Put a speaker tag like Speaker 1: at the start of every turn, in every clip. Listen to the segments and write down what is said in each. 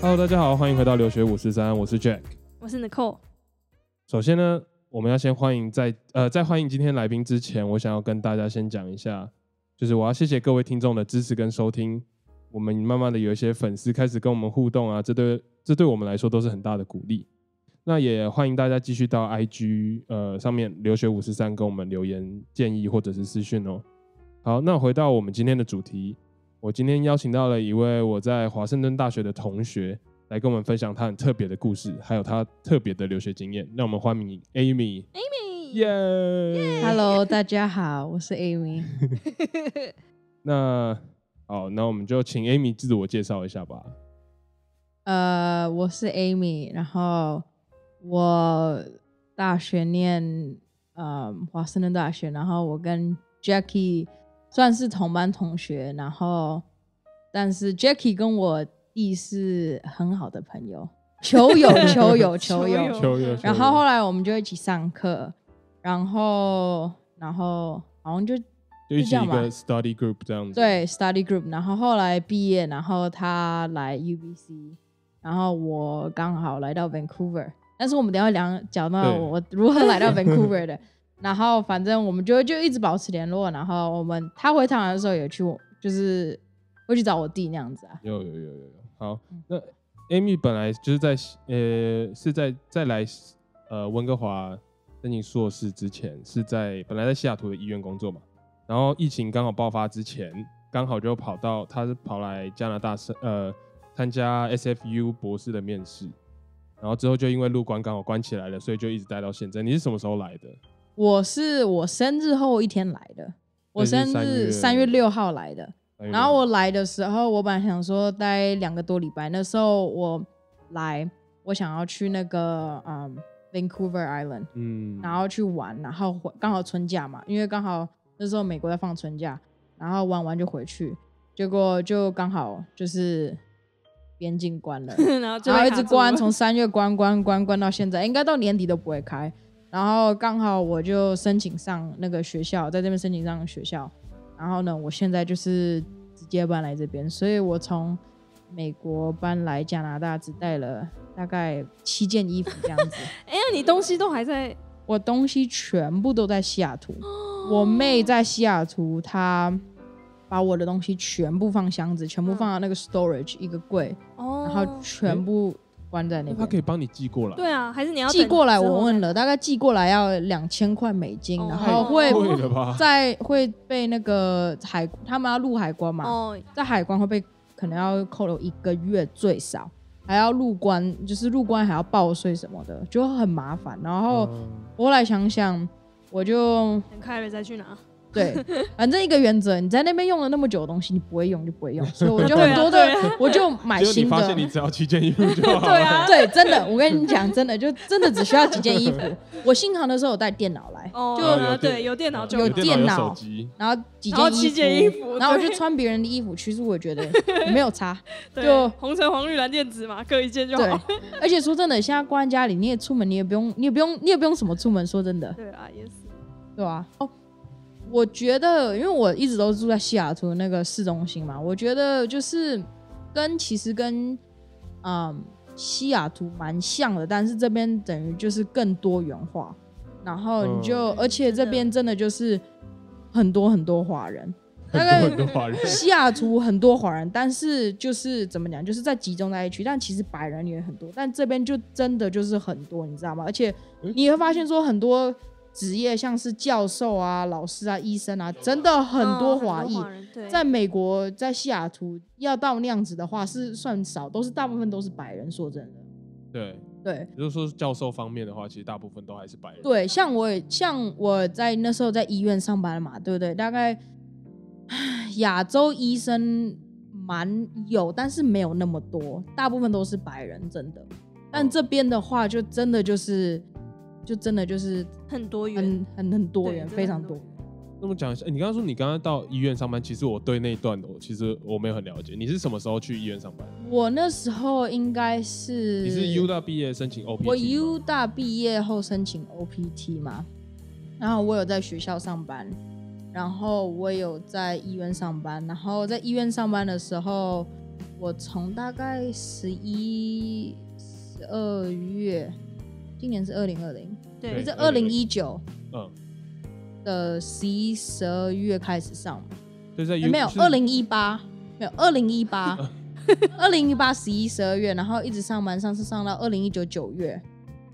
Speaker 1: Hello，大家好，欢迎回到留学五四三，我是 Jack。
Speaker 2: 我是 Nicole。，
Speaker 1: 首先呢，我们要先欢迎在呃在欢迎今天来宾之前，我想要跟大家先讲一下，就是我要谢谢各位听众的支持跟收听。我们慢慢的有一些粉丝开始跟我们互动啊，这对这对我们来说都是很大的鼓励。那也欢迎大家继续到 IG 呃上面留学五十三跟我们留言建议或者是私讯哦。好，那回到我们今天的主题，我今天邀请到了一位我在华盛顿大学的同学，来跟我们分享他很特别的故事，还有他特别的留学经验。让我们欢迎 Amy，耶
Speaker 3: Hello，大家好，我是 Amy。
Speaker 1: 那好，那我们就请 Amy 自我介绍一下吧。
Speaker 3: 呃，我是 Amy，然后我大学念呃华盛顿大学，然后我跟 Jackie 算是同班同学，然后但是 Jackie 跟我弟是很好的朋友，球 友，球友，球友，
Speaker 1: 球友
Speaker 3: 然后后来我们就一起上课，然后然后好像就
Speaker 1: 就一
Speaker 3: 就
Speaker 1: 起
Speaker 3: 这样
Speaker 1: 一个
Speaker 3: 吧
Speaker 1: study group 这样子。
Speaker 3: 对 study group，然后后来毕业，然后他来 UBC，然后我刚好来到 Vancouver，但是我们等一下聊讲到
Speaker 1: 对
Speaker 3: 我如何来到 Vancouver 的， 然后反正我们就就一直保持联络，然后我们他回台湾的时候也去我就是会去找我弟那样子啊，
Speaker 1: 有有有有有。好，那 Amy 本来就是在呃是在在来呃温哥华申请硕士之前，是在本来在西雅图的医院工作嘛，然后疫情刚好爆发之前，刚好就跑到他是跑来加拿大申呃参加 SFU 博士的面试。然后之后就因为入关刚好关起来了，所以就一直待到现在。你是什么时候来的？
Speaker 3: 我是我生日后一天来的，我
Speaker 1: 所以
Speaker 3: 生
Speaker 1: 是
Speaker 3: 日
Speaker 1: 3
Speaker 3: 3
Speaker 1: 月
Speaker 3: 月六号来的，然后
Speaker 1: 我
Speaker 3: 我来的时候，我本来想说待两个多礼拜。那时候我来，我想要去那个嗯 Vancouver Island，
Speaker 1: 嗯，
Speaker 3: 然后去玩，然后回刚好春假嘛，因为刚好那时候美国在放春假，然后玩完就回去，结果就刚好就是边境关了
Speaker 2: 然后就
Speaker 3: 然后
Speaker 2: 被
Speaker 3: 一
Speaker 2: 卡
Speaker 3: 直
Speaker 2: 住
Speaker 3: 关，
Speaker 2: 了
Speaker 3: 从三月关关关关到现在，应该到年底都不会开。然后刚好我就申请上那个学校，在这边申请上学校。然后呢，我现在就是直接搬来这边，所以我从美国搬来加拿大只带了大概七件衣服这样 子。
Speaker 2: 哎呀，你东西都还在，
Speaker 3: 我东西全部都在西雅图，
Speaker 2: 哦
Speaker 3: 我妹在西雅图，她把我的东西全部放箱子，全部放到那个 storage 一个柜，
Speaker 2: 嗯哦，
Speaker 3: 然后全部关在那
Speaker 1: 他
Speaker 3: 边
Speaker 1: 可。以帮你寄过来。
Speaker 2: 对啊，还是你要
Speaker 3: 寄
Speaker 2: 等
Speaker 3: 过来，
Speaker 2: 之后
Speaker 3: 我
Speaker 2: 再
Speaker 3: 问了，大概寄过来要两千块美金，
Speaker 2: 哦
Speaker 3: 然
Speaker 1: 太
Speaker 3: 后会
Speaker 1: 贵了吧？
Speaker 3: 在会被那个海，他们要入海关嘛，
Speaker 2: 哦，
Speaker 3: 在海关会被可能要扣留一个月最少，还要入关，就是入关还要报税什么的，就很麻烦。然后
Speaker 1: 嗯
Speaker 3: 我后来想想，我就
Speaker 2: 等 Carrie 再去 拿，
Speaker 3: 对，反正一个原则，你在那边用了那么久的东西，你不会用就不会用，所以我就
Speaker 2: 对啊
Speaker 3: 很多的
Speaker 2: 对啊，
Speaker 3: 我就买
Speaker 1: 结果你
Speaker 3: 新
Speaker 1: 发现
Speaker 3: 的
Speaker 1: 你。只要七件衣服就好了。
Speaker 2: 对啊
Speaker 3: 对，真的，我跟你讲，真的就真的只需要几件衣服。我新航的时候有带电脑来，
Speaker 2: 哦，
Speaker 1: 哦
Speaker 2: 啊
Speaker 1: 有
Speaker 2: 对，有电脑就
Speaker 3: 有
Speaker 2: 拿
Speaker 3: 电脑
Speaker 1: 有手机，
Speaker 3: 然后几
Speaker 2: 然后
Speaker 3: 件
Speaker 2: 七件衣服
Speaker 3: 然后我
Speaker 2: 对
Speaker 3: 就穿别人的衣服。其实我 觉得没有差，
Speaker 2: 对
Speaker 3: 就
Speaker 2: 红橙黄绿蓝靛紫嘛，各一件就
Speaker 3: 对
Speaker 2: 好。。
Speaker 3: 而且说真的，现在关在家里，你也出门，你也不用，你也不用，你也不用什么出门。说真 的，
Speaker 2: 对啊，也是。
Speaker 3: 对吧、哦，我觉得，因为我一直都住在西雅图那个市中心嘛，我觉得就是跟其实跟嗯西雅图蛮像的，但是这边等于就是更多元化，然后你就、
Speaker 2: 嗯
Speaker 3: 而且这边真的就是很多很多华人，大概
Speaker 1: 很多华 人。
Speaker 3: 西雅图很多华人，但是就是怎么讲，就是在集中在一区，但其实白人也很多，但这边就真的就是很多，你知道吗？而且你会发现说很多职业，像是教授啊、老师啊、医生啊，真的很多
Speaker 2: 嗯
Speaker 3: 华裔。
Speaker 2: 人，对，
Speaker 3: 在美国，在西雅图要到那样子的话是算少，都是大部分都是白人。说真的，
Speaker 1: 对，
Speaker 3: 对
Speaker 1: 也就是说教授方面的话，其实大部分都还是白人。
Speaker 3: 对，像我也像我在那时候在医院上班嘛，对不对？大概唉亚洲医生蛮有，但是没有那么多，大部分都是白人，真的。但这边的话，就真的就是，就真的就是
Speaker 2: 很多元，
Speaker 3: 很很很多元，
Speaker 2: 对
Speaker 3: 非常多。
Speaker 1: 那么讲一下，你刚刚说你刚刚到医院上班，其实我对那一段我其实我没有很了解。你是什么时候去医院上班？
Speaker 3: 我那时候应该是
Speaker 1: 你是 U 大毕业申请 OPT 吗
Speaker 3: 我 U 大毕业后申请 OPT 嘛，然后我有在学校上班，然后我有在医院上班，然后在医院上班的时候，我从大概十一、十二月，今年是二零二零，
Speaker 1: 对
Speaker 3: 就是
Speaker 2: 对，
Speaker 3: 二零一九
Speaker 1: 嗯，
Speaker 3: 的十一、十二月开始上嘛，
Speaker 1: 哎就是在
Speaker 3: 诶
Speaker 1: U
Speaker 3: 没有
Speaker 1: 是
Speaker 3: 二零一八，没有二零一八，二零一八十一、十二月，然后一直上班，上次上到二零一九九月，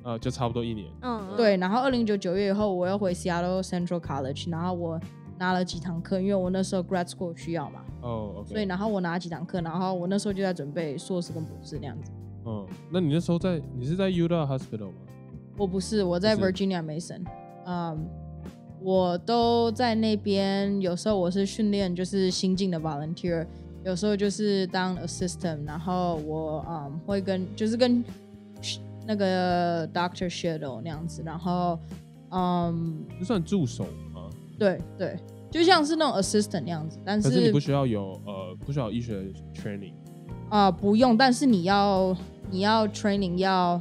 Speaker 1: 呃，就差不多一年。
Speaker 2: 嗯，
Speaker 3: 对，然后二零九九月以后，我又回 Seattle Central College，然后我拿了几堂课，因为我那时候 grad school 需要嘛，
Speaker 1: 哦，OK，
Speaker 3: 所以然后我拿了几堂课，然后我那时候就在准备硕士跟博士那样子。
Speaker 1: 嗯，那你那时候在你是在 Utah Hospital 吗？
Speaker 3: 我不是，我在
Speaker 1: 不是
Speaker 3: Virginia Mason，嗯，我都在那边，有时候我是训练就是新进的 volunteer，有时候就是当 assistant，然后我嗯会跟就是跟那个 doctor shadow 那样子，然后嗯。
Speaker 1: 这算助手吗？
Speaker 3: 对对，就像是那种 assistant 那样子，但
Speaker 1: 可是你
Speaker 3: 是
Speaker 1: 不需要有呃，不需要有医学 training。
Speaker 3: 啊、呃不用，但是你要你要 training 要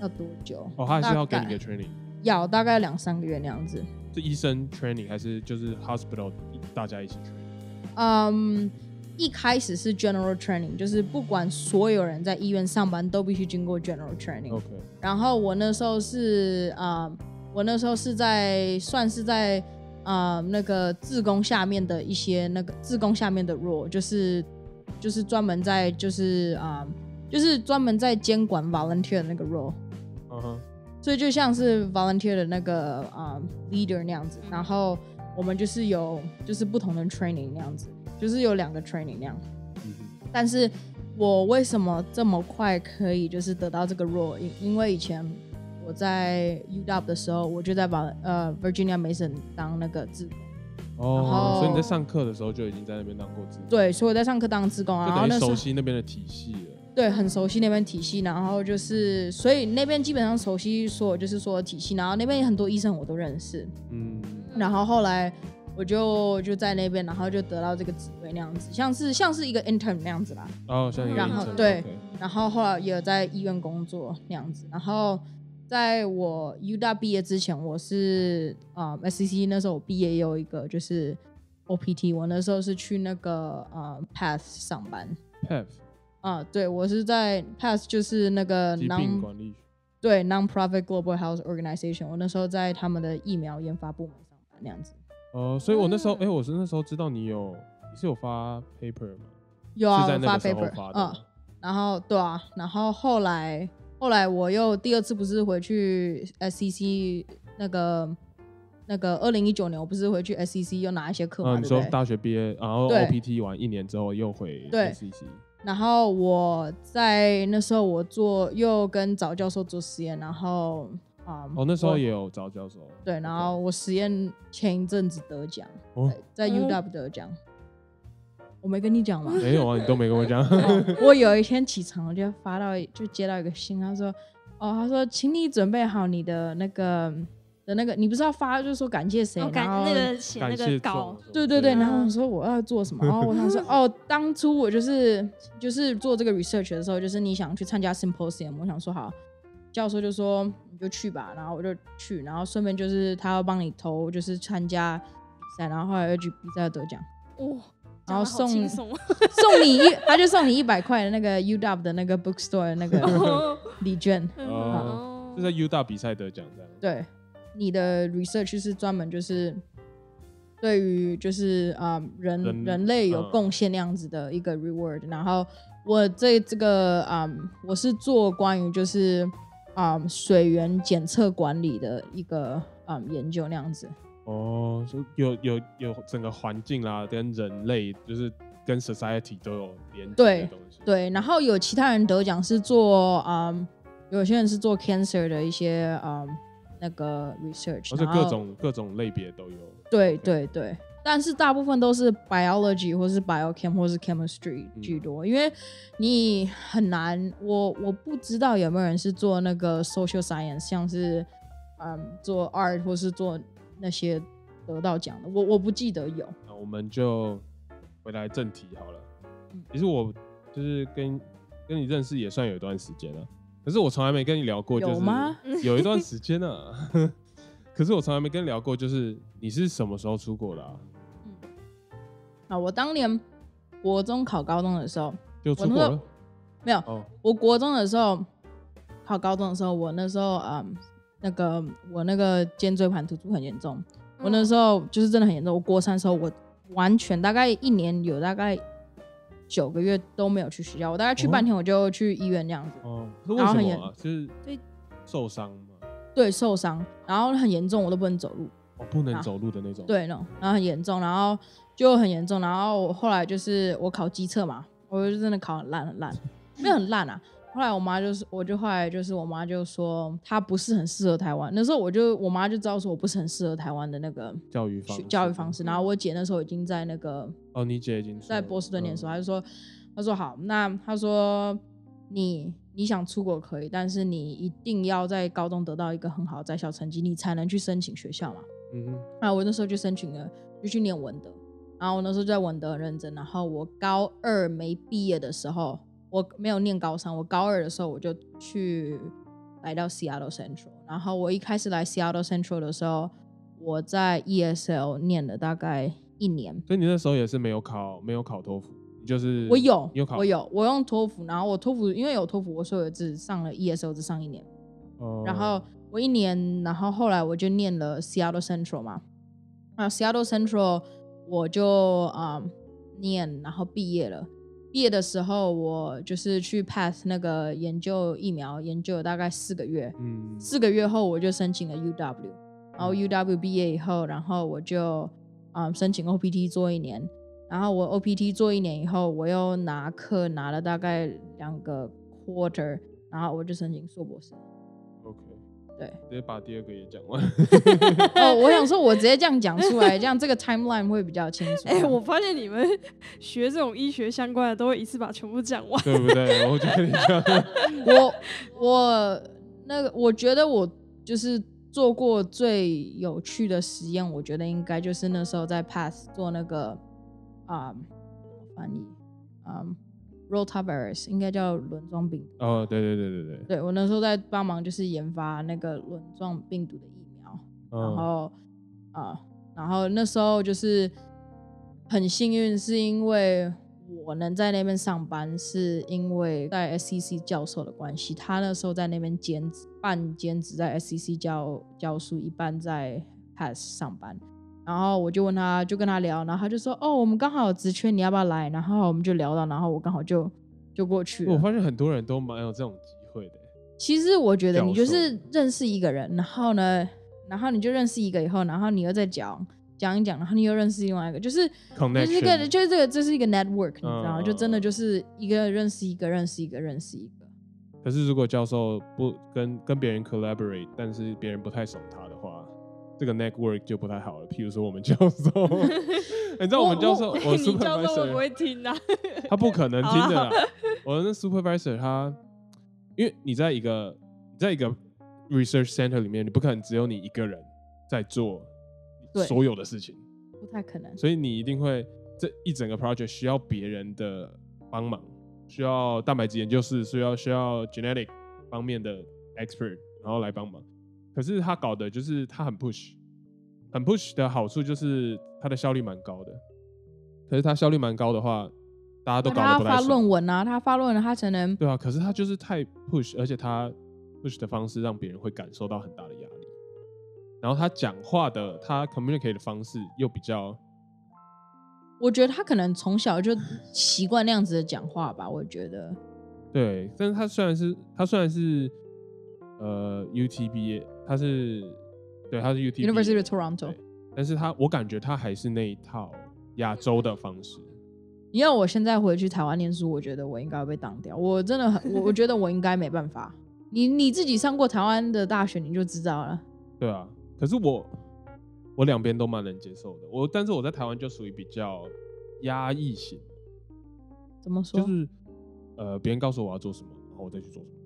Speaker 3: 要多久？
Speaker 1: 哦，他还是要给
Speaker 3: 大
Speaker 1: 你
Speaker 3: 概
Speaker 1: 个 training，
Speaker 3: 要大概两三个月那样子。
Speaker 1: 是医生 training 还是就是 hospital 大家一起 training？
Speaker 3: 嗯，一开始是 general training，就是不管所有人在医院上班都必须经过 general training。
Speaker 1: OK，
Speaker 3: 然后我那时候是啊、呃我那时候是在算是在啊、呃那个自工下面的一些那个自工下面的 role，就是就是专门在就是啊、呃就是专门在监管 volunteer 的那个 role，
Speaker 1: 嗯哼，
Speaker 3: 所以就像是 volunteer 的那个啊、呃 leader 那样子，然后我们就是有就是不同的 training 那样子，就是有两个 training 那样。
Speaker 1: 嗯哼，
Speaker 3: 但是我为什么这么快可以就是得到这个 role？因因为以前我在 UW 的时候，我就在把呃 Virginia Mason 当那个志工，
Speaker 1: 哦，所以你在
Speaker 3: 后
Speaker 1: 上课的时候就已经在那边当过志工，
Speaker 3: 对，所以我在上课当志工，
Speaker 1: 就
Speaker 3: 然
Speaker 1: 等
Speaker 3: 后
Speaker 1: 于
Speaker 3: 那时
Speaker 1: 熟
Speaker 3: 候
Speaker 1: 悉那边的体系了。
Speaker 3: 对很熟悉那边体系，然后就是所以那边基本上熟悉所有就是所有体系，然后那边有很多医生我都认识，
Speaker 1: 嗯，
Speaker 3: 然后后来。我就就在那边，然后就得到这个职位那样子，像是像是一个 intern 那样子啦。
Speaker 1: 哦，像一个
Speaker 2: 然
Speaker 1: 医
Speaker 2: 后
Speaker 1: 生，
Speaker 3: 对
Speaker 1: OK
Speaker 3: 然后后来也有在医院工作那样子。然后在我 U 大毕业之前，我是啊、呃、SCC 那时候我毕业也有一个就是 OPT，我那时候是去那个呃 Path 上班
Speaker 1: PEF
Speaker 3: 啊、对我是在 Path 就是那个
Speaker 1: 疾病
Speaker 3: non
Speaker 1: 管理学。
Speaker 3: 对 non-profit global health organization，我那时候在他们的疫苗研发部门上班那样子。
Speaker 1: 哦，所以我那时候，
Speaker 2: 嗯
Speaker 1: 哎，我是那时候知道你有你是有发 paper 吗？
Speaker 3: 有啊，
Speaker 1: 是在
Speaker 3: 我
Speaker 1: 那
Speaker 3: 发
Speaker 1: 个时候
Speaker 3: paper，
Speaker 1: 发的
Speaker 3: 嗯
Speaker 1: 吗。，
Speaker 3: 然后对啊，然后后来后来我又第二次不是回去 SCC 那个那个二零一九年我不是回去 SCC 又拿一些课嘛，
Speaker 1: 嗯，你
Speaker 3: 对
Speaker 1: 说
Speaker 3: 不对？
Speaker 1: 大学毕业，然后
Speaker 3: 对
Speaker 1: OPT 完一年之后又回
Speaker 3: 对
Speaker 1: SCC，
Speaker 3: 然后我在那时候我做又跟早教授做实验，然后啊、嗯
Speaker 1: 哦，那时
Speaker 3: 我
Speaker 1: 候也有找教授。
Speaker 3: 对，然后我实验前一阵子得奖，
Speaker 1: 哦
Speaker 3: 在在
Speaker 2: 嗯
Speaker 3: UW 得奖，我没跟你讲吗？
Speaker 1: 没有啊，你都没跟我讲。
Speaker 3: 我有一天起床，我就发到就接到一个信，他说，哦，他说，请你准备好你的那个的那个，你不是要发，就是说感谢谁，
Speaker 2: 我哦感
Speaker 3: 然后
Speaker 2: 那个写
Speaker 1: 感
Speaker 2: 那
Speaker 1: 谢啊众
Speaker 2: 个稿
Speaker 1: 所，知
Speaker 3: 对对对，
Speaker 2: 嗯
Speaker 3: 然后我说我要做 什么，然后我想说，哦，当初我就是就是做这个 research 的时候，就是你想去参加 symposium，我想说好，教授就说你就去吧，然后我就去，然后顺便就是他要帮你投，就是参加比赛，然后后来又去比赛得奖，
Speaker 2: 哇，
Speaker 3: 然
Speaker 2: 讲得好
Speaker 3: 后送
Speaker 2: 轻松，
Speaker 3: 送你一，他就送你一百块的那个 UW 的那个 bookstore 的那个 礼券。
Speaker 2: 嗯
Speaker 1: 哦是在 U 大比赛得奖这样。
Speaker 3: 对，你的 research 是专门就是对于就是啊、呃人
Speaker 1: 人
Speaker 3: 人类有
Speaker 1: 嗯
Speaker 3: 贡献那样子的一个 reward，、然后我这这个啊、嗯我是做关于就是啊、嗯水源检测管理的一个啊、嗯研究那样子，
Speaker 1: 哦，就有有有整个环境啦，跟人类就是跟 society 都有连接的
Speaker 3: 对
Speaker 1: 东西。
Speaker 3: 对，然后有其他人得奖是做啊、嗯有些人是做 cancer 的一些啊、嗯那个 research，
Speaker 1: 而且哦
Speaker 3: 然
Speaker 1: 各
Speaker 3: 后
Speaker 1: 种各种类别都有。
Speaker 3: 对对对，但是大部分都是 biology 或是 biochem 或是 chemistry
Speaker 1: 嗯
Speaker 3: 居多，因为你很难，我我不知道有没有人是做那个 social science，像是嗯做 art 或是做那些得到奖的，我我不记得有。
Speaker 1: 那我们就回来正题好了
Speaker 3: 嗯。
Speaker 1: 其实我就是跟跟你认识也算有一段时间了，可是我从来没跟你聊过，就是
Speaker 3: 有吗
Speaker 1: 有一段时间啊。 可是我从来没跟你聊过，就是你是什么时候出国的、啊？
Speaker 3: 啊，我当年国中考高中的时候，
Speaker 1: 就出
Speaker 3: 我那
Speaker 1: 国
Speaker 3: 时候
Speaker 1: 了。
Speaker 3: 没有，
Speaker 1: 哦，
Speaker 3: 我国中的时候考高中的时候，我那时候嗯，那个我那个肩椎盘突出很严重，我那时候就是真的很严重。我国三的时候，我完全大概一年有大概九个月都没有去学校，我大概去
Speaker 1: 哦
Speaker 3: 半天我就去医院这样子。
Speaker 1: 哦，是为
Speaker 3: 然后
Speaker 1: 什
Speaker 3: 很
Speaker 1: 么
Speaker 3: 严
Speaker 1: 啊？就是
Speaker 2: 对
Speaker 1: 受伤嘛，
Speaker 3: 对，受伤，然后很严重，我都不能走路。
Speaker 1: 哦，不能
Speaker 3: 啊
Speaker 1: 走路的那种。，
Speaker 3: 对那种，然后很严重，然后就很严重，然后我后来就是我考机测嘛，我就真的考很烂很烂，没有很烂啊。后来我妈就是，我就后来就是我妈就说她不是很适合台湾，那时候我就我妈就知道说我不是很适合台湾的那个
Speaker 1: 教育方
Speaker 3: 学
Speaker 1: 式
Speaker 3: 教育方式，然后我姐那时候已经在那个
Speaker 1: 哦，你姐已经出
Speaker 3: 在
Speaker 1: 了
Speaker 3: 波士顿念书，啊
Speaker 1: 嗯
Speaker 3: 她就说她说好，那她说你你想出国可以，但是你一定要在高中得到一个很好的在校成绩，你才能去申请学校嘛。
Speaker 1: 嗯哼，
Speaker 3: 啊，我那时候就申请了，就去念文德。然后我那时候就在文德很认真，然后我高二没毕业的时候，我没有念高三，我高二的时候我就去来到 Seattle Central。然后我一开始来 Seattle Central 的时候，我在 ESL 念了大概一年。
Speaker 1: 所以你那时候也是没有考，没有考托福，你就是
Speaker 3: 我有
Speaker 1: 你有，考，
Speaker 3: 我，有，我用托福，然后我托福因为有托福，我所以我只上了 ESL 只上一年。
Speaker 1: 哦
Speaker 3: 然后我一年，然后后来我就念了 Seattle Central 嘛，啊，Seattle Central 我就啊、嗯念，然后毕业了。毕业的时候，我就是去 pass 那个研究疫苗，研究了大概四个月。
Speaker 1: 嗯，
Speaker 3: 四个月后，我就申请了 UW，然后
Speaker 1: 嗯
Speaker 3: UW 毕业以后，然后我就啊、嗯申请 OPT 做一年，然后我 OPT 做一年以后，我又拿课拿了大概两个 quarter，然后我就申请硕博士。
Speaker 1: 嗯 OK，
Speaker 3: 对，
Speaker 1: 直接把第二个也讲完。
Speaker 3: 哦，我想说，我直接这样讲出来，这样这个 timeline 会比较清楚。啊
Speaker 1: 啊
Speaker 2: 哎、我发现你们 学这种医学相关的，都会一次把全部讲完。
Speaker 1: 对不对？我觉得你这样
Speaker 3: 我我那个，我觉得我就是做过最有趣的实验，我觉得应该就是那时候在 Pass 做那个啊、翻译啊、rotavirus，应该叫轮状病 毒。
Speaker 1: 哦，对对对对对，
Speaker 3: 对我那时候在帮忙，就是研发那个轮状病毒的疫苗。然
Speaker 1: 嗯，
Speaker 3: 后啊、然后那时候就是很幸运，是因为我能在那边上班，是因为在 SEC 教授的关系。他那时候在那边兼职，半兼职在 SEC 教教书，一半在 Pass 上班。然后我就问他，就跟他聊，然后他就说：“哦，我们刚好有职缺，你要不要来？”然后我们就聊到，然后我刚好就就过去
Speaker 1: 我
Speaker 3: 了。
Speaker 1: 发现很多人都蛮有这种机会的。
Speaker 3: 其实我觉得
Speaker 1: 教
Speaker 3: 你就是
Speaker 1: 授
Speaker 3: 认识一个人，然后呢，然后你就认识一个以后，然后你又再讲讲一讲，然后你又认识另外一个，就是就是这个
Speaker 1: Connection
Speaker 3: 就是这个这是一个 network，你知道吗？
Speaker 1: 嗯
Speaker 3: 就真的就是一个认识一个，认识一个，认识一个。
Speaker 1: 可是如果教授不跟跟别人 collaborate，但是别人不太熟他的话，这个 network 就不太好了。譬如说我们教授， 你知道我们教授，
Speaker 2: 我
Speaker 1: 我
Speaker 2: 你教授会不
Speaker 1: supervisor
Speaker 2: 会听啊？
Speaker 1: 他不可能
Speaker 2: 好
Speaker 1: 听
Speaker 2: 啊
Speaker 1: 的啦。我那 supervisor 他，因为你在一个你在一个 research center 里面，你不可能只有你一个人在做
Speaker 3: 对
Speaker 1: 所有的事情。
Speaker 3: 不太可能。
Speaker 1: 所以你一定会这一整个 project 需要别人的帮忙，需要蛋白质研究室，需要需要 genetic 方面的 expert，然后来帮忙。可是他搞的就是他很 push，很 push 的好处就是它的效率蛮高的。可是它效率蛮高的话，大家都
Speaker 3: 那
Speaker 1: 搞
Speaker 3: 他
Speaker 1: 得
Speaker 3: 要
Speaker 1: 不
Speaker 3: 发
Speaker 1: 太熟
Speaker 3: 论。文啊，他发论文他才能
Speaker 1: 对啊，可是他就是太 push，而且他 push 的方式让别人会感受到很大的压力。然后他讲话的，他 communicate 的方式又比较
Speaker 3: 我觉得他可能从小就习惯那样子的讲话吧，我觉得。
Speaker 1: 对，但是他虽然是他虽然是呃 UT 毕业，他是对他是 UT 毕业
Speaker 3: University of Toronto
Speaker 1: 对。但是他我感觉他还是那一套亚洲的方式。
Speaker 3: 你要我现在回去台湾念书，我觉得我应该会被挡掉。我真的很，我我觉得我应该没办法。你你自己上过台湾的大学，你就知道了。
Speaker 1: 对啊，可是我我两边都蛮能接受的。我但是我在台湾就属于比较压抑型，
Speaker 3: 怎么说？
Speaker 1: 就是呃别人告诉我要做什么，然后我再去做什么。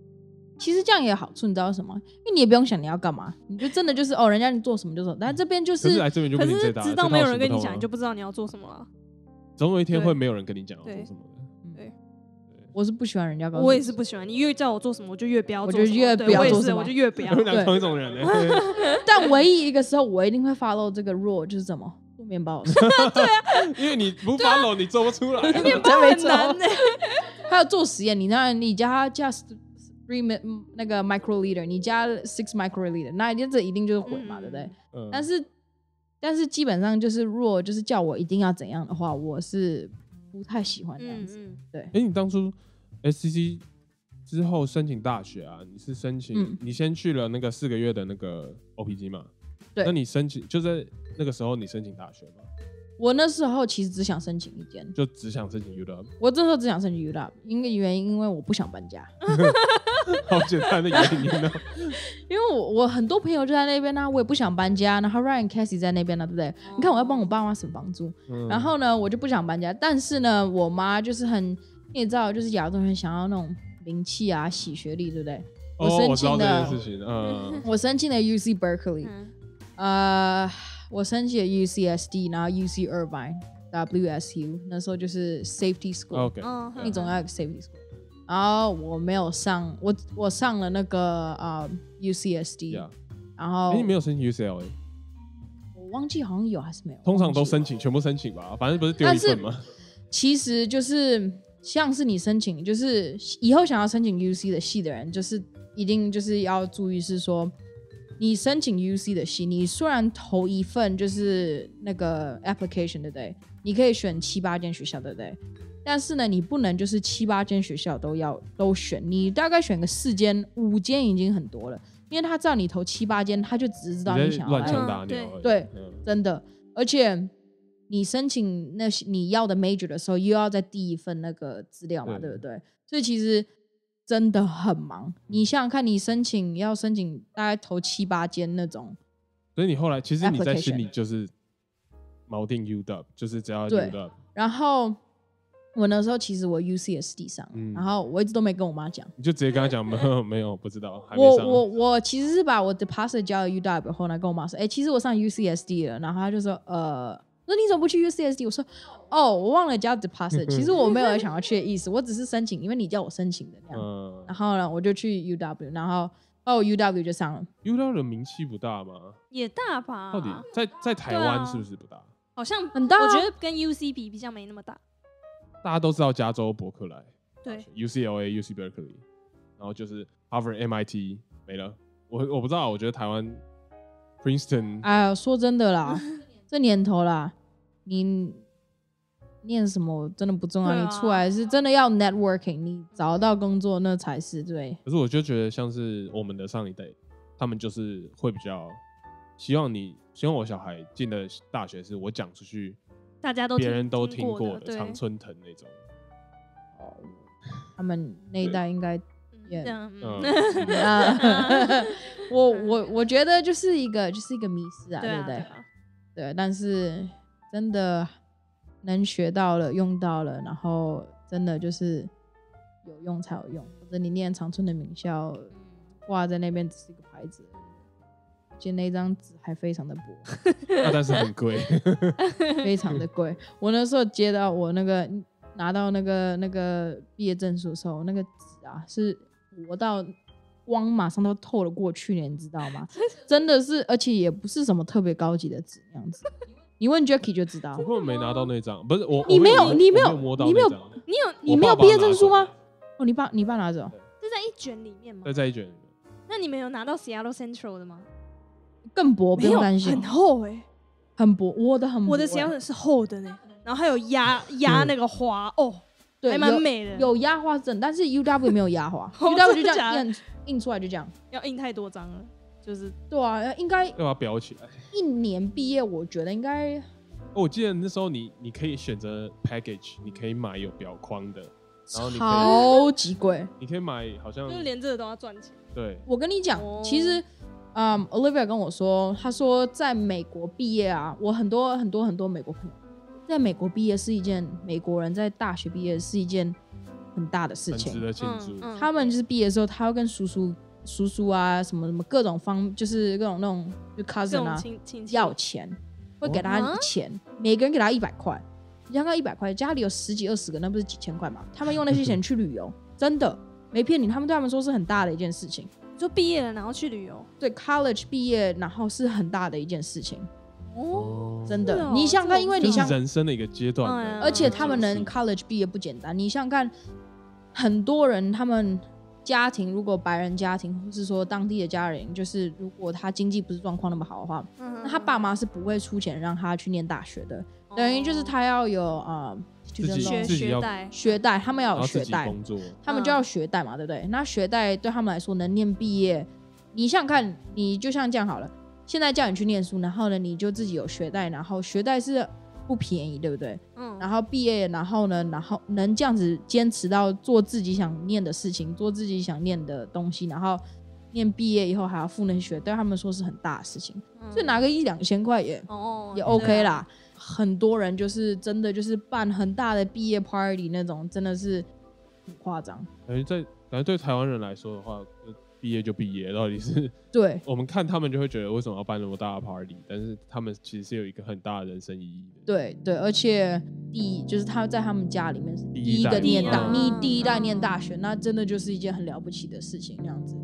Speaker 3: 其实这样也有好处，你知道什么？因为你也不用想你要干嘛，你就真的就是哦，人家你做什么就做。但这边就
Speaker 1: 可
Speaker 3: 是
Speaker 1: 是来这边就
Speaker 2: 可
Speaker 1: 不听
Speaker 2: 是
Speaker 1: 这答
Speaker 2: 直
Speaker 1: 案
Speaker 2: 到
Speaker 1: 这
Speaker 2: 没有
Speaker 1: 套
Speaker 2: 人
Speaker 1: 行
Speaker 2: 跟你
Speaker 1: 不通
Speaker 2: 讲，
Speaker 1: 啊
Speaker 2: 你就不知道你要做什么了。
Speaker 1: 总有一天
Speaker 2: 对
Speaker 1: 会没有人跟你讲要做
Speaker 2: 对
Speaker 1: 什么的。
Speaker 3: 嗯我是不喜欢人家告诉
Speaker 2: 我也是不喜欢，你越叫我做什么，我就越不要
Speaker 3: 我
Speaker 2: 做
Speaker 3: 就
Speaker 2: 什么。
Speaker 3: 越
Speaker 2: 对
Speaker 3: 不要
Speaker 2: 我也
Speaker 3: 做
Speaker 2: 是
Speaker 3: 什么
Speaker 2: 我就越不要
Speaker 1: 你。们俩同一种人呢、欸？
Speaker 3: 但唯一一个时候，我一定会 follow 这个 rule，就是怎么做面包。
Speaker 2: 啊
Speaker 1: 因为你不 follow，、你做不出来。啊
Speaker 2: 面包
Speaker 3: 没
Speaker 2: 很
Speaker 3: 错
Speaker 2: 难呢、
Speaker 3: 他要做实验，你那你加加 three mi- 嗯那个 microliter，你加 six microliter，那一定这一定就是毁嘛，
Speaker 2: 嗯
Speaker 3: 对不对？
Speaker 1: 嗯，
Speaker 3: 但是但是基本上就是，如果就是叫我一定要怎样的话，我是不太喜欢这样
Speaker 2: 嗯
Speaker 3: 子。
Speaker 2: 嗯，
Speaker 1: 哎、你当初 SCC 之后申请大学啊，你是申请、
Speaker 3: 嗯
Speaker 1: 你先去了那个四个月的那个 OPG 嘛？
Speaker 3: 对
Speaker 1: 那你申请就在那个时候你申请大学嘛，
Speaker 3: 我那时候其实只想申请一间，
Speaker 1: 就只想申请 U 的，
Speaker 3: 我这时候只想申请 U W，因为原因因为我不想搬家，
Speaker 1: 好简单的原因哦呢、
Speaker 3: 因为我我很多朋友就在那边呢、啊我也不想搬家，然后 Ryan Cassie 在那边呢、啊对不对？你看我要帮我
Speaker 2: 哦
Speaker 3: 爸妈省房租，
Speaker 1: 嗯
Speaker 3: 然后呢我就不想搬家，但是呢我妈就是很你也知道，就是亚洲人想要那种灵气啊、洗学历，对不对？我
Speaker 1: 哦，
Speaker 3: 申
Speaker 1: 我知道
Speaker 3: 请
Speaker 1: 这
Speaker 3: 的
Speaker 1: 件事情，嗯，
Speaker 3: 我申请了 U C Berkeley，、
Speaker 2: 嗯
Speaker 3: 呃，我申请了 U C S D，然后 U C Irvine、W S U，那时候就是 Safety School。
Speaker 1: OK，
Speaker 2: 哦，
Speaker 3: 你总要有个 safety school。然后我没有上，我我上了那个呃 UCSD，、
Speaker 1: yeah，
Speaker 3: 然后
Speaker 1: 哎、你没有申请 UCLA，
Speaker 3: 我忘记好像有还是没有，
Speaker 1: 通常都
Speaker 3: 忘记
Speaker 1: 申
Speaker 3: 了。
Speaker 1: 请，全部申请吧，反正不是丢
Speaker 3: 但
Speaker 1: 一
Speaker 3: 是
Speaker 1: 份吗？
Speaker 3: 其实就是像是你申请，就是以后想要申请 UC 的系的人，就是一定就是要注意是说，你申请 UC 的系，你虽然投一份就是那个 application 对不对？你可以选七八间学校对不对？但是呢，你不能就是七八间学校都要都选，你大概选个四间、五间已经很多了，因为他知道你投七八间，他就只知道
Speaker 1: 你
Speaker 3: 你
Speaker 1: 在
Speaker 3: 想要
Speaker 1: 乱
Speaker 3: 来
Speaker 2: 枪
Speaker 1: 枪打
Speaker 2: 嗯
Speaker 1: 鸟而已，
Speaker 3: 对
Speaker 1: 嗯
Speaker 3: 真的。而且你申请那些你要的 major 的时候，又要再递一份那个资料嘛，
Speaker 1: 对
Speaker 3: 对不对？所以其实真的很忙。你
Speaker 1: 嗯
Speaker 3: 想想看，你申请要申请大概投七八间那种，
Speaker 1: 所以你后来其实你在
Speaker 3: Application
Speaker 1: 心里就是锚定 U w 就是只要 U
Speaker 3: 对
Speaker 1: w
Speaker 3: 然后我那时候其实我 UCSD 上了，
Speaker 1: 嗯
Speaker 3: 然后我一直都没跟我妈讲。
Speaker 1: 你就直接跟他讲没有没有不知道，还没
Speaker 3: 我
Speaker 1: 上
Speaker 3: 我我其实是把我 deposit 交了 UW 后呢，跟我妈说，哎、其实我上 UCSD 了，然后她就说，呃，那你怎么不去 UCSD？我说，哦，我忘了交 deposit，其实我没有想要去的意思，我只是申请，因为你叫我申请的那样。
Speaker 1: 嗯
Speaker 3: 然后呢，我就去 UW，然后哦 UW 就上了，
Speaker 1: ，U w 的名气不大吗？
Speaker 2: 也大吧？
Speaker 1: 到底在在台
Speaker 2: 对
Speaker 1: 湾
Speaker 2: 啊
Speaker 1: 是不是不大？
Speaker 2: 好像
Speaker 3: 很大啊
Speaker 2: 我觉得跟 UC 比比较没那么大。
Speaker 1: 大家都知道加州伯克莱
Speaker 2: 对，
Speaker 1: UCLA、UC Berkeley，然后就是 Harvard、MIT 没了。我我不知道，我觉得台湾 Princeton
Speaker 2: 啊
Speaker 3: 哎呦，说真 的啦，这年头啦，你念什么真的不重要，
Speaker 2: 对啊
Speaker 3: 你出来是真的要 networking，你找到工作那才是对。
Speaker 1: 可是我就觉得像是我们的上一代，他们就是会比较希望你，希望我小孩进的大学是我讲出去，
Speaker 2: 大家都
Speaker 1: 别人都听
Speaker 2: 过
Speaker 1: 过
Speaker 2: 的，
Speaker 1: 的，常春藤那种。
Speaker 3: 他们那一代应该，
Speaker 2: 对，
Speaker 1: 嗯
Speaker 2: 嗯，
Speaker 3: 啊 我我我觉得就是一个就是一个迷失啊，
Speaker 2: 对啊
Speaker 3: 不对？
Speaker 2: 对啊，
Speaker 3: 对，但是真的能学到了、用到了，然后真的就是有用才有用。或者你念长春的名校，挂在那边只是一个牌子而已，而且那张纸还非常的薄，
Speaker 1: 那但是很 贵，
Speaker 3: 非常的贵。我那时候接到我那个拿到那个那个毕业证书的时候，那个纸啊是薄到。光马上都透了过去了，你知道吗？真的是，而且也不是什么特别高级的纸那样子。你问 Jacky 就知道
Speaker 1: 我，根本没拿到那张，不是我，
Speaker 3: 你
Speaker 1: 我
Speaker 3: 没有
Speaker 1: 摸
Speaker 3: 你没
Speaker 1: 我有
Speaker 3: 有
Speaker 1: 摸到
Speaker 3: 你没
Speaker 1: 那
Speaker 3: 有
Speaker 1: 张，
Speaker 2: 你有
Speaker 1: 我
Speaker 3: 你没有
Speaker 1: 爸爸
Speaker 3: 毕业证
Speaker 1: 拿
Speaker 3: 书
Speaker 1: 走
Speaker 3: 吗
Speaker 1: 的？
Speaker 3: 哦，你爸你爸拿走，
Speaker 2: 就在一卷里面吗
Speaker 1: 对，？在一卷里面。
Speaker 2: 那你们有拿到 Seattle Central 的吗？
Speaker 3: 更薄，哦不
Speaker 2: 没有
Speaker 3: 用担心，
Speaker 2: 很厚哎，
Speaker 3: 很薄，我的很薄欸，
Speaker 2: 我的 Seattle 是厚的呢，然后还有压压那个花哦，
Speaker 3: 对
Speaker 2: 还蛮
Speaker 3: 有
Speaker 2: 美的，
Speaker 3: 有压花针，但是 U W 没有压花
Speaker 2: 哦
Speaker 3: ，U W
Speaker 2: 真
Speaker 3: 就
Speaker 2: 的
Speaker 3: 这
Speaker 2: 假的
Speaker 3: 样印印出来就这样。
Speaker 2: 要印太多张了，就是
Speaker 3: 对啊，应该
Speaker 1: 要把它裱起来。
Speaker 3: 一年毕业，我觉得应该
Speaker 1: 哦，我记得那时候你你可以选择 package，你可以买有裱框的，然后你可以
Speaker 3: 超级贵。
Speaker 1: 你可以买好像
Speaker 2: 就是连这个都要赚钱，
Speaker 1: 对，
Speaker 3: 我跟你讲
Speaker 2: 哦，
Speaker 3: 其实，嗯，Olivia 跟我说，她说在美国毕业啊，我很多很多很多美国朋友，在美国毕业是一件美国人在大学毕业是一件很大的事
Speaker 1: 很
Speaker 3: 情
Speaker 1: 值，得庆祝
Speaker 2: 嗯。嗯
Speaker 3: 他们就是毕业的时候，他会跟叔叔、叔叔啊，什么什么各种方，就是各种那种就
Speaker 2: 这
Speaker 3: cousin
Speaker 2: 种
Speaker 3: 啊，
Speaker 2: 亲亲戚
Speaker 3: 要钱，会给
Speaker 2: 哦
Speaker 3: 他钱，每个人给他一百块，你想看一百块，家里有十几二十个，那不是几千块嘛？他们用那 些钱去旅游，真的没骗你，他们对他们说是很大的一件事情，
Speaker 2: 就毕业了然后去旅游
Speaker 3: 对 college 毕业然后是很大的一件事情，
Speaker 2: 哦，
Speaker 3: 真
Speaker 2: 是
Speaker 3: 的
Speaker 2: 哦，
Speaker 3: 你想想看，因为
Speaker 1: 就
Speaker 3: 你
Speaker 1: 是
Speaker 3: 想，
Speaker 1: 人生的一个阶段的
Speaker 2: 嗯
Speaker 1: 一个
Speaker 3: 而且他们
Speaker 1: 结束
Speaker 3: 能 college 毕业不简单，你想想看，很多人他们家庭如果白人家庭或是说当地的家人，就是如果他经济不是状况那么好的话，那
Speaker 2: 那
Speaker 1: 嗯
Speaker 3: 他爸妈是不会出钱让他去念大学的，等于就是他要有呃
Speaker 1: 自己
Speaker 2: 学
Speaker 1: 哦自己
Speaker 2: 学
Speaker 1: 要
Speaker 2: 贷，
Speaker 3: 学贷，他们要
Speaker 1: 然
Speaker 3: 有
Speaker 1: 后自
Speaker 3: 学
Speaker 1: 己
Speaker 3: 贷，
Speaker 1: 工作，
Speaker 3: 他们就要学贷嘛，对不对？那学贷对他们来说，能念毕业，你想想看，你就像这样好了，现在叫你去念书，然后呢，你就自己有学贷，然后学贷是不便宜，对不对？
Speaker 2: 嗯，
Speaker 3: 然后毕业，然后呢，然后能这样子坚持到做自己想念的事情，做自己想念的东西，然后念毕业以后还要付那些学，对他们说是很大的事情，
Speaker 2: 嗯
Speaker 3: 所以拿个一两千块也
Speaker 2: 哦
Speaker 3: 也 OK
Speaker 2: 啦，
Speaker 3: 啦。很多人就是真的就是办很大的毕业 party 那种，真的是很夸张。
Speaker 1: 感觉在感觉对台湾人来说的话，就毕业就毕业，到底是，
Speaker 3: 对
Speaker 1: 我们看他们就会觉得为什么要办那么大的 party，但是他们其实是有一个很大的人生意义的。
Speaker 3: 对对，而且第一就是他在他们家里面是
Speaker 1: 第
Speaker 3: 第
Speaker 1: 一
Speaker 3: 一
Speaker 1: 代
Speaker 3: 个念
Speaker 1: 嘛
Speaker 3: 大，
Speaker 2: 嗯
Speaker 3: 你第一代念大学，那真的就是一件很了不起的事情，那样子。